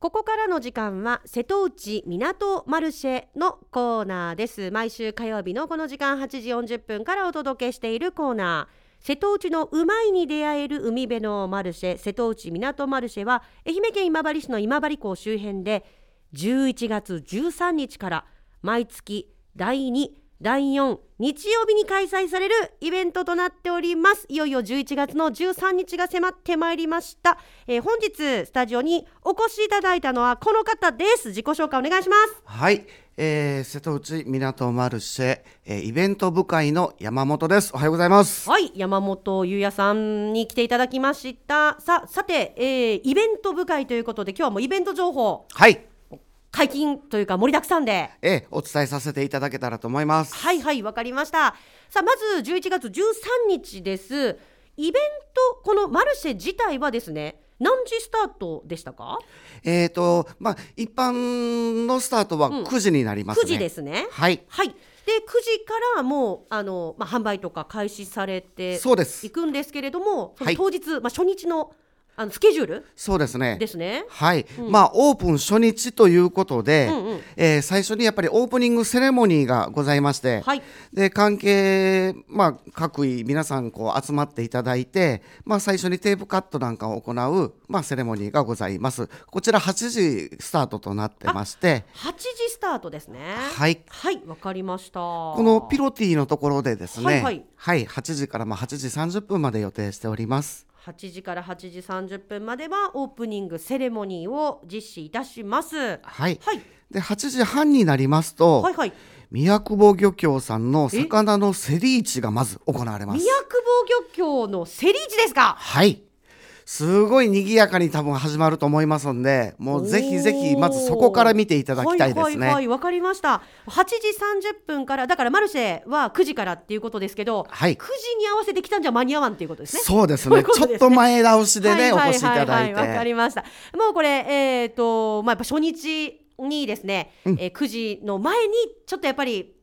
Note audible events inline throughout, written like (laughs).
ここからの時間は瀬戸内港マルシェのコーナーです毎週火曜日のこの時間8時40分からお届けしているコーナー瀬戸内のうまいに出会える海辺のマルシェ瀬戸内港マルシェは愛媛県今治市の今治港周辺で11月13日から毎月第2第4日曜日に開催されるイベントとなっておりますいよいよ11月の13日が迫ってまいりました、えー本日スタジオにお越しいただいたのはこの方です自己紹介お願いしますはい、えー、瀬戸内港マルシェ、えーイベント部会の山本です。おはようございます。はい山本優也さんに来ていただきましたささて、えーイベント部会ということで今日はもうイベント情報はい、解禁というか盛りだくさんでえー、お伝えさせていただけたらと思います。はいはいわかりましたさあまず11月13日ですイベントこのマルシェ自体はですね何時スタートでしたかえっ、ー、と、まあ一般のスタートは9時になりますね。 9時ですねはい、はいで9時からもうあの、まあ、販売とか開始されてそうですいくんですけれどもそのはい当日、まあ、初日のあのスケジュールそうですね。ですねはい、まあオープン初日ということで、んうんえー最初にやっぱりオープニングセレモニーがございまして、はいで関係、まあ、各位皆さんこう集まっていただいて、まあ、最初にテープカットなんかを行う、まあ、セレモニーがございますこちら8時スタートとなってまして8時スタートですねはいはいわかりましたここのピロティのところでですねはいはい8時からまあ8時30分まで予定しております8時から8時30分まではオープニングセレモニーを実施いたします。はい、はいはい、で8時半になりますと、はい、はい。宮久保漁協さんの魚のセリーチがまず行われま宮す久保漁協のセリーチですか。はい。すごい賑やかに多分始まると思いますんで、もうぜひぜひまずそこから見ていただきたいですね。はい、はい、はい、わかりました。8時30分から、だからマルシェは9時からっていうことですけど、はい9時に合わせてきたんじゃ間に合わんっていうことですね。そうですそういねうことですねちょっと前倒しでね、はははお越しいただいはわかて。りました。もうこれ、えっ、と、まあ、やっぱ初日にですね、えー9時の前に、ちょっとやっぱり。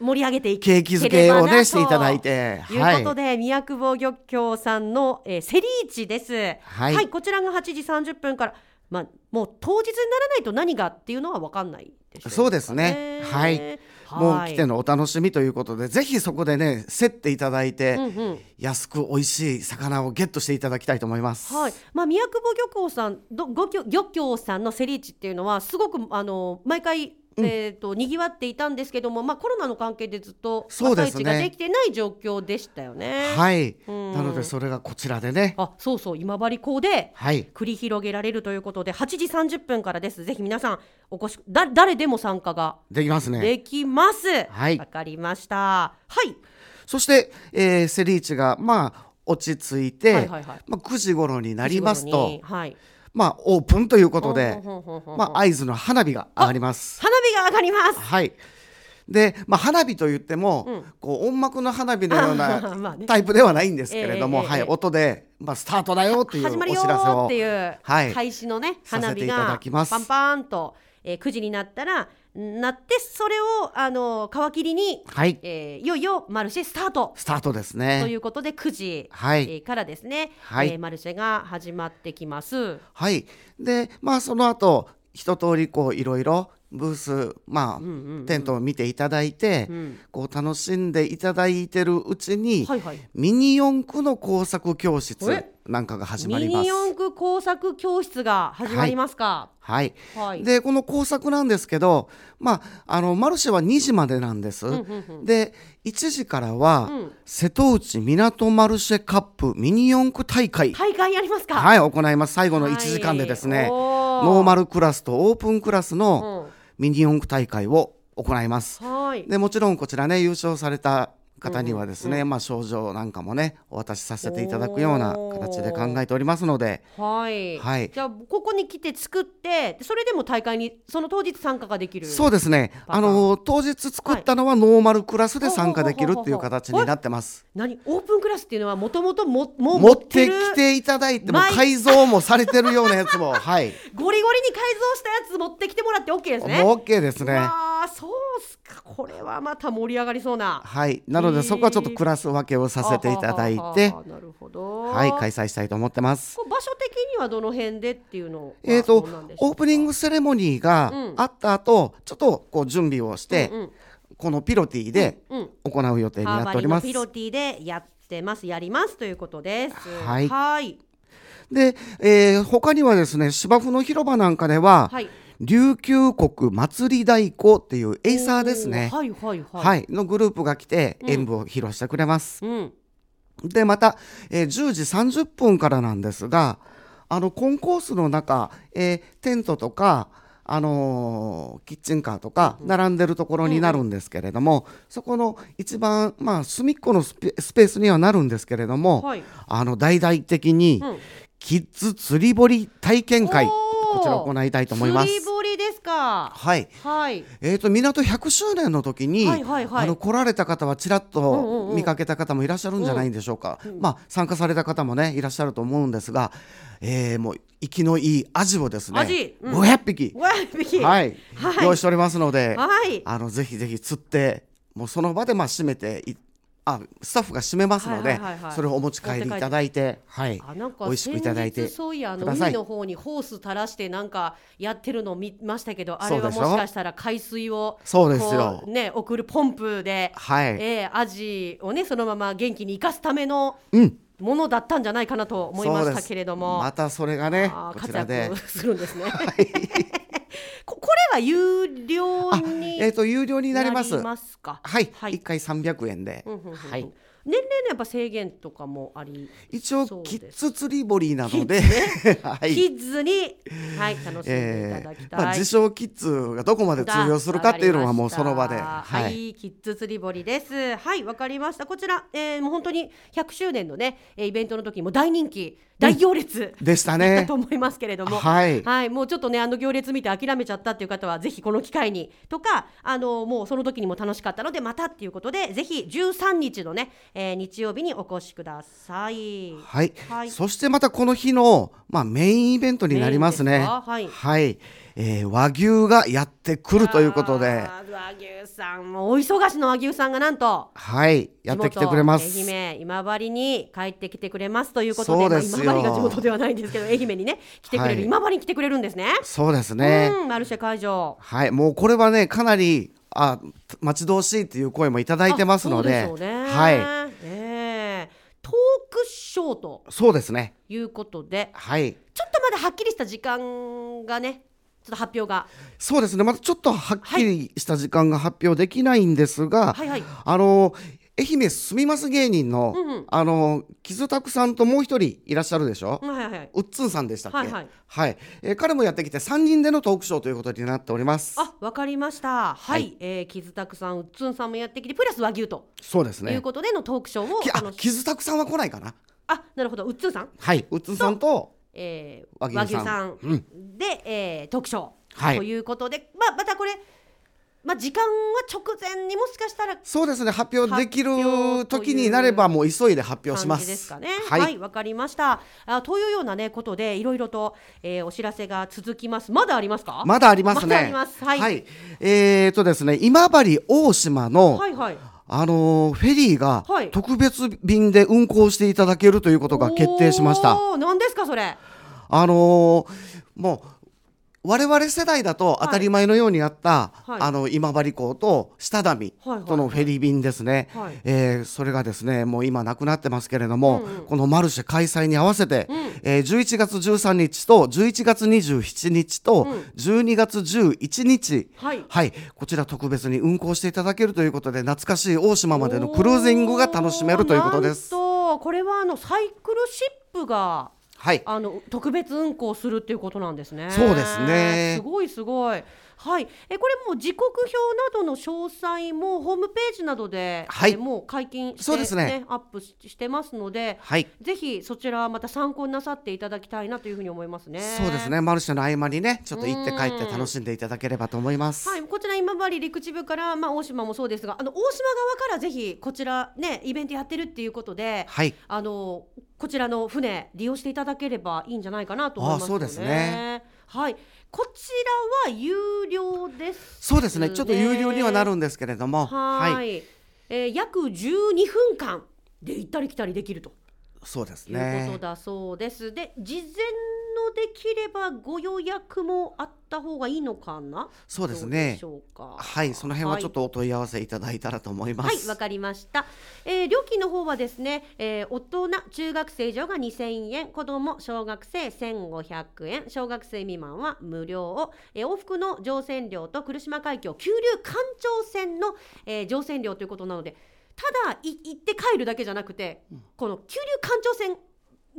盛り上げていけ景気づければをなとね、していただいて。ということで、宮久保漁協さんの、えーセリーチです、は。はいいこちらが8時30分から、まあもう当日にならないと何がっていうのは分かんないでしょかそうですねはいもう来てのお楽しみということで、ぜひそこでね、競っていただいて、うんうん安く美味しい魚をゲットしていただきたいと思います。はい、まあ宮久保漁協さん、ど漁協漁協さんのセリーチっていうのはすごくあの毎回。えー、と賑わっていたんですけども、まあ、コロナの関係でずっとそうです市ねができてない状況でしたよね。はいうんなので、それがこちらでね。あそうそう今治港ではい。繰り広げられるということで8時30分からですぜひ皆さんお越しだ誰でも参加ができますね。できますわ、はいかりましたはいそして、えーセリーチがまあ落ち着いて、はいはいはいまあ、9時頃になりますお仕と事にはいまあオープンということでほんほんほんほんまあ合図の花火が上がります。花火が上がりますはいでまあ、花火といっても、こう音幕の花火のようあーまあなねタイプではないんですけれどえも、えええはい、ええ音で、まあ、スタートだよというお始まる知よらせーをっていうはい開始のねさ花せて火いただがきますパンパンと、えー、9時になったらなってそれをあの皮切りに、はい、えー、いよいよマルシェスタートスタートですといね。うことで9時、はいえーからですね、はいえーマルシェが始まってきます。はい、で、まあ、その後一通りこういろいろブース、まあテントを見ていただいて、こう楽しんでいただいてるうちに、はいはいミニ四駆の工作教室えなんかが始まミりまニす。四駆工作教室が始まりますか。はい、はい。でこの工作なんですけど、まあ、あのマルシェは2時までなんです、で1時からは、瀬戸内港マルシェカップミニ四駆大会大会やりますか。はい行います最後のはい1時間でですね、おーノーマルクラスとオープンクラスのうんミニ四駆大会を行います、はい。でもちろんこちらね優勝された方にはですね、まあ賞状なんかもねお渡しさせていただくような形で考えておりますのではい。はいじゃあここに来て作って、でそれでも大会にその当日参加ができる。そうですねパパあの当日作ったのはノーマルクラスで参加できるっていほうほうほうほうう形になってます何オープンクラスっていうのはもともとももう持ってるきていただいてもマイ改造もされて (laughs) るようなやつもはいゴリゴリに改造したやつ持ってきてもらって OK ですね。もう OK ですわねああそうっすかこれはまた盛り上がりそうなはい、なへのでーそこはちょっとクラス分けをさせていただいてあ、なるほどはい、開催したいと思ってます。こう場所的にはどの辺でっていうのはえーとどうなんでしょうオープニングセレモニーがうんあった後、ちょっとこう準備をして、うんこのピロティでうんうん行う予定にハーなっバておリりのます。ピロティでやってますやりますということですはいはいで、えー他にはですね、芝生の広場なんかでは、はい琉球国祭り太鼓っていうエイサーですねお。ーはいはいはい、はい、のグループが来て演舞を披露してくれます。うんでまた、えー10時30分からなんですがあのコンコースの中、えーテントとか、あのーキッチンカーとか並んでるところになるんですけれども、そこの一番、まあ、隅っこのスペスペースにはなるんですけれども、はいあの大々的に、うんキッズ釣り堀体験会おーこちら行いたいと思います釣り。堀ですかはいはいえー、と港100周年の時に、はいはいはいあの来られた方はちらっんうんうとん見かけた方もいらっしゃるんじゃないでしょうか、まあ、参加された方もねいらっしゃると思うんですが、えーもう息のいいアジをですねアジうん500匹、わあびきはいはい用意しておりますので、はいあのぜひぜひ釣ってもうその場でまあ締めていあスタッフが締めますので、はいはいはいはいそれをお持ち帰りいただいて、はい、あなんか美味しくいただいて先日そういやあのくださ海いの方にホース垂らしてなんかやってるのを見ましたけどあれそはうでしもょしかしたら海水をそうですよこうね送るポンプで、はい、えーアジをねそのまま元気に生かすためのうんものだったんじゃないかなと思いまそうしでたすけれども、またそれがねあーこちらで活躍。するん (laughs) ですね。 (laughs) ここれは有料あにえー、と有料になります。か。はい、ははいい、1回300円で、うんうんうんうんはい、年齢のやっぱ制限とかもあり、一そうです応キッズ釣り堀なので、 (laughs) はキいッズに、はい、楽しんでいたえだきーたい。まあ、自称キッズがどこまで通用するかっていうのはもうその場で、は、はいい、キッズ釣り堀です。はい、わかりました。こちら、えー、もう本当に100周年のね、えーイベントの時も大人気、大行列。でしただねと。思いますけれども、はいもうちょっとねあの行列見て諦めちゃったっていう方はぜひこの機会にとかあのもうその時にも楽しかったのでまたっていうことでぜひ13日のね、えー日曜日にお越しください。はい、はいそしてまたこの日の、まあ、メインイベントになりますメインね。ですかはいえー和牛がやってくるということで、あー和牛さんもお忙しの和牛さんがなんとはい、やってきてくれます。地元愛媛今治に帰ってきてくれますということでそうですよまあ今治が地元ではないんですけど愛媛にね来てくれる、はい今治に来てくれるんですね。そうですね。うん、マルシェ会場はい、もうこれはね、かなり、あ、待ち遠しいっていう声もいただいてますので。あそうですよねはい、ええトークショーとそうですね。いうことではい。ちょっとまだはっきりした時間がねちょっと発表がそうですね。まだちょっとはっきりした時間が発表できないんですが。はいはいあの、愛媛住みます芸人の、うんうんあの、キズタクさんともう一人いらっしゃるでしょ。うんはいはいはいうっつんさんでしたっけ。はいはいえー彼もやってきて、三人でのトークショーということになっております。あわかりましたはい、えー、キズタクさんうっつんさんもやってきてプラス和牛とそうですいうね。ことでのトークショーをきああの、キズタクさんは来ないかな。あなるほどうっつんさんはい、うっつんさんと。えー、和和牛牛ささんんで、えー、特賞、はいということで、まあ、またこれ、まあ、時間は直前にもしかしたらそうですね発表できる発表という時になればもう急いで発表しま感す。じですかね。はい、はい、わ、かりました。あというようなねことでいろいろと、えー、お知らせが続きます。まだありますか？まだありますね。まだありますはいえー、とですね今治大島の、はいはい。あのーフェリーがはい特別便で運航していただけるということが決定しました。おー。何ですかそれ？あのーもう我々世代だと当たり前のようにあった、はいあの今治港と下見はいはいとのフェリー便ですね、はいえーそれがですねもう今なくなってますけれども、うんうんこのマルシェ開催に合わせて、うんえー11月13日と11月27日とうん12月11日、はい。はい、こちら特別に運航していただけるということで懐かしい大島までのクルージングが楽しめるということです。おーなんとこれはあのサイクルシップがはい、あの特別運行するっていうことなんですね。そうですねすごいすごい。はい。えこれもう時刻表などの詳細もホームページなどで、はいえもう解禁して、そうですねアップししてますので、はいぜひそちらまた参考になさっていただきたいなというふうに思いますね。そうです。ねマルシェの合間にねちょっと行って帰って楽しんでいただければと思います、はい、こちら今治陸地部から、まあ、大島もそうですがあの大島側からぜひこちらねイベントやってるっていうことで、はいあのこちらの船利用していただければいいんじゃないかなと思いますよあそうですねはい、こちらは有料です。そうですねちょっと有料にはなるんですけれどもはい、はいえー約12分間で行ったり来たりできるとそうですいうこねとだそうです。で事前のできればご予約もあった方がいいのかな。そうですどうでねしょうか。はいその辺はちょっとお問い合わせいただいたらと思いまはい、す、わかりました。えー料金の方はですね、えー大人、中学生以上が2000円、子供、小学生1500円、小学生未満は無料を、えー往復の乗船料と来島海峡急流環状線の、えー乗船料ということなので、ただい行って帰るだけじゃなくて、この急流環状線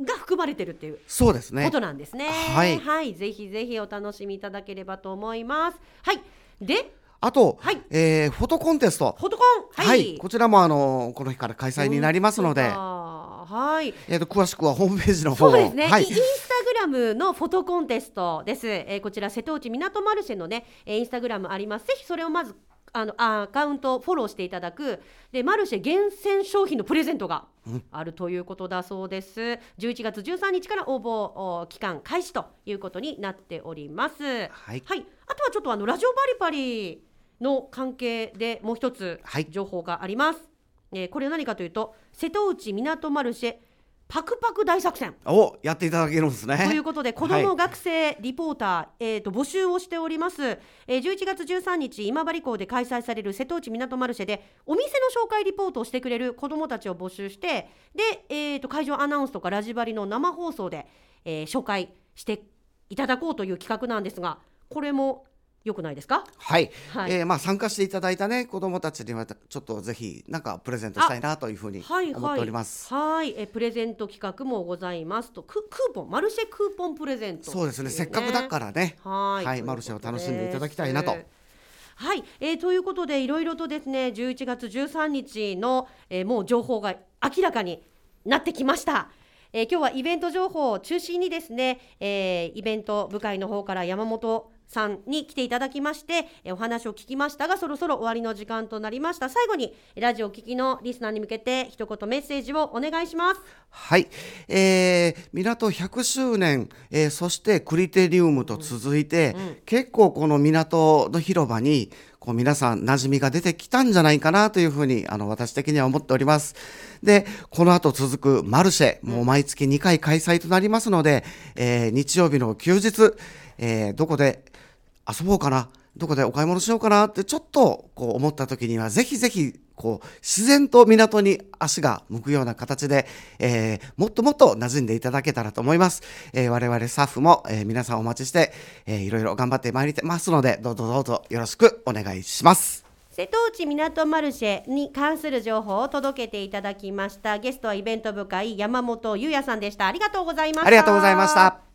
が含まれてるっていうそうですねことなんですね。はいぜひぜひお楽しみいただければと思います。はい、で、あと、はいえーフォトコンテストフォトコン、はい、こちらもあのこの日から開催になりますので、本当だはい。えー、と詳しくはホームページの方そをうですね、はいインインスタグラムのフォトコンテストです、えーこちら瀬戸内港マルシェのね、えーインスタグラムありますぜひそれをまずあのあアカウントをフォローしていただくでマルシェ厳選商品のプレゼントがあるということだそうです、11月13日から応募お期間開始ということになっておりますはあいとはちょっとあのラジオバリバリの関係でもう一つはい情報があります、えーこれは何かというと瀬戸内港マルシェパクパク大作戦おやっていただけるんですねということで子ども学生リポーター、えー、と募集をしております、えー、11月13日今治港で開催される瀬戸内港マルシェでお店の紹介リポートをしてくれる子どもたちを募集してで、えー、と会場アナウンスとかラジバリの生放送で、えー紹介していただこうという企画なんですがこれも良くないですかはい、はいえーまあ、参加していただいた、ね、子どもたちにはちょっとぜひなんかプレゼントしたいなというふうにはい思っはていおります。はいえープレゼント企画もございますとククーポンマルシェクーポンプレゼントそうですねせっかくだからね、はい、とうはいことマルシェを楽しんでいただきたいなとですはい、えーということでいろいろとですね11月13日の、えーもう情報が明らかになってきました。えー今日はイベント情報を中心にですね、えーイベント部会の方から山本さんに来ていただきまして、えーお話を聞きましたがそろそろ終わりの時間となりました最後にラジオを聞きのリスナーに向けて一言メッセージをお願いしますはい、えー、港100周年、えーそしてクリテリウムと続いて、結構この港の広場にこう皆さん馴染みが出てきたんじゃないかなというふうにあの私的には思っております。でこの後続くマルシェもう毎月2回開催となりますので、えー日曜日の休日、えーどこで遊ぼうかなどこでお買い物しようかなってちょっとこう思った時にはぜひぜひこう自然と港に足が向くような形で、えーもっともっと馴染んでいただけたらと思います、えー我々スタッフも、えー皆さんお待ちして、えーいろいろ頑張ってまいりますのでどうぞどうぞよろしくお願いします瀬戸内港マルシェに関する情報を届けていただきましたゲストはイベント部会山本優也さんでしたありがとうございましたありがとうございました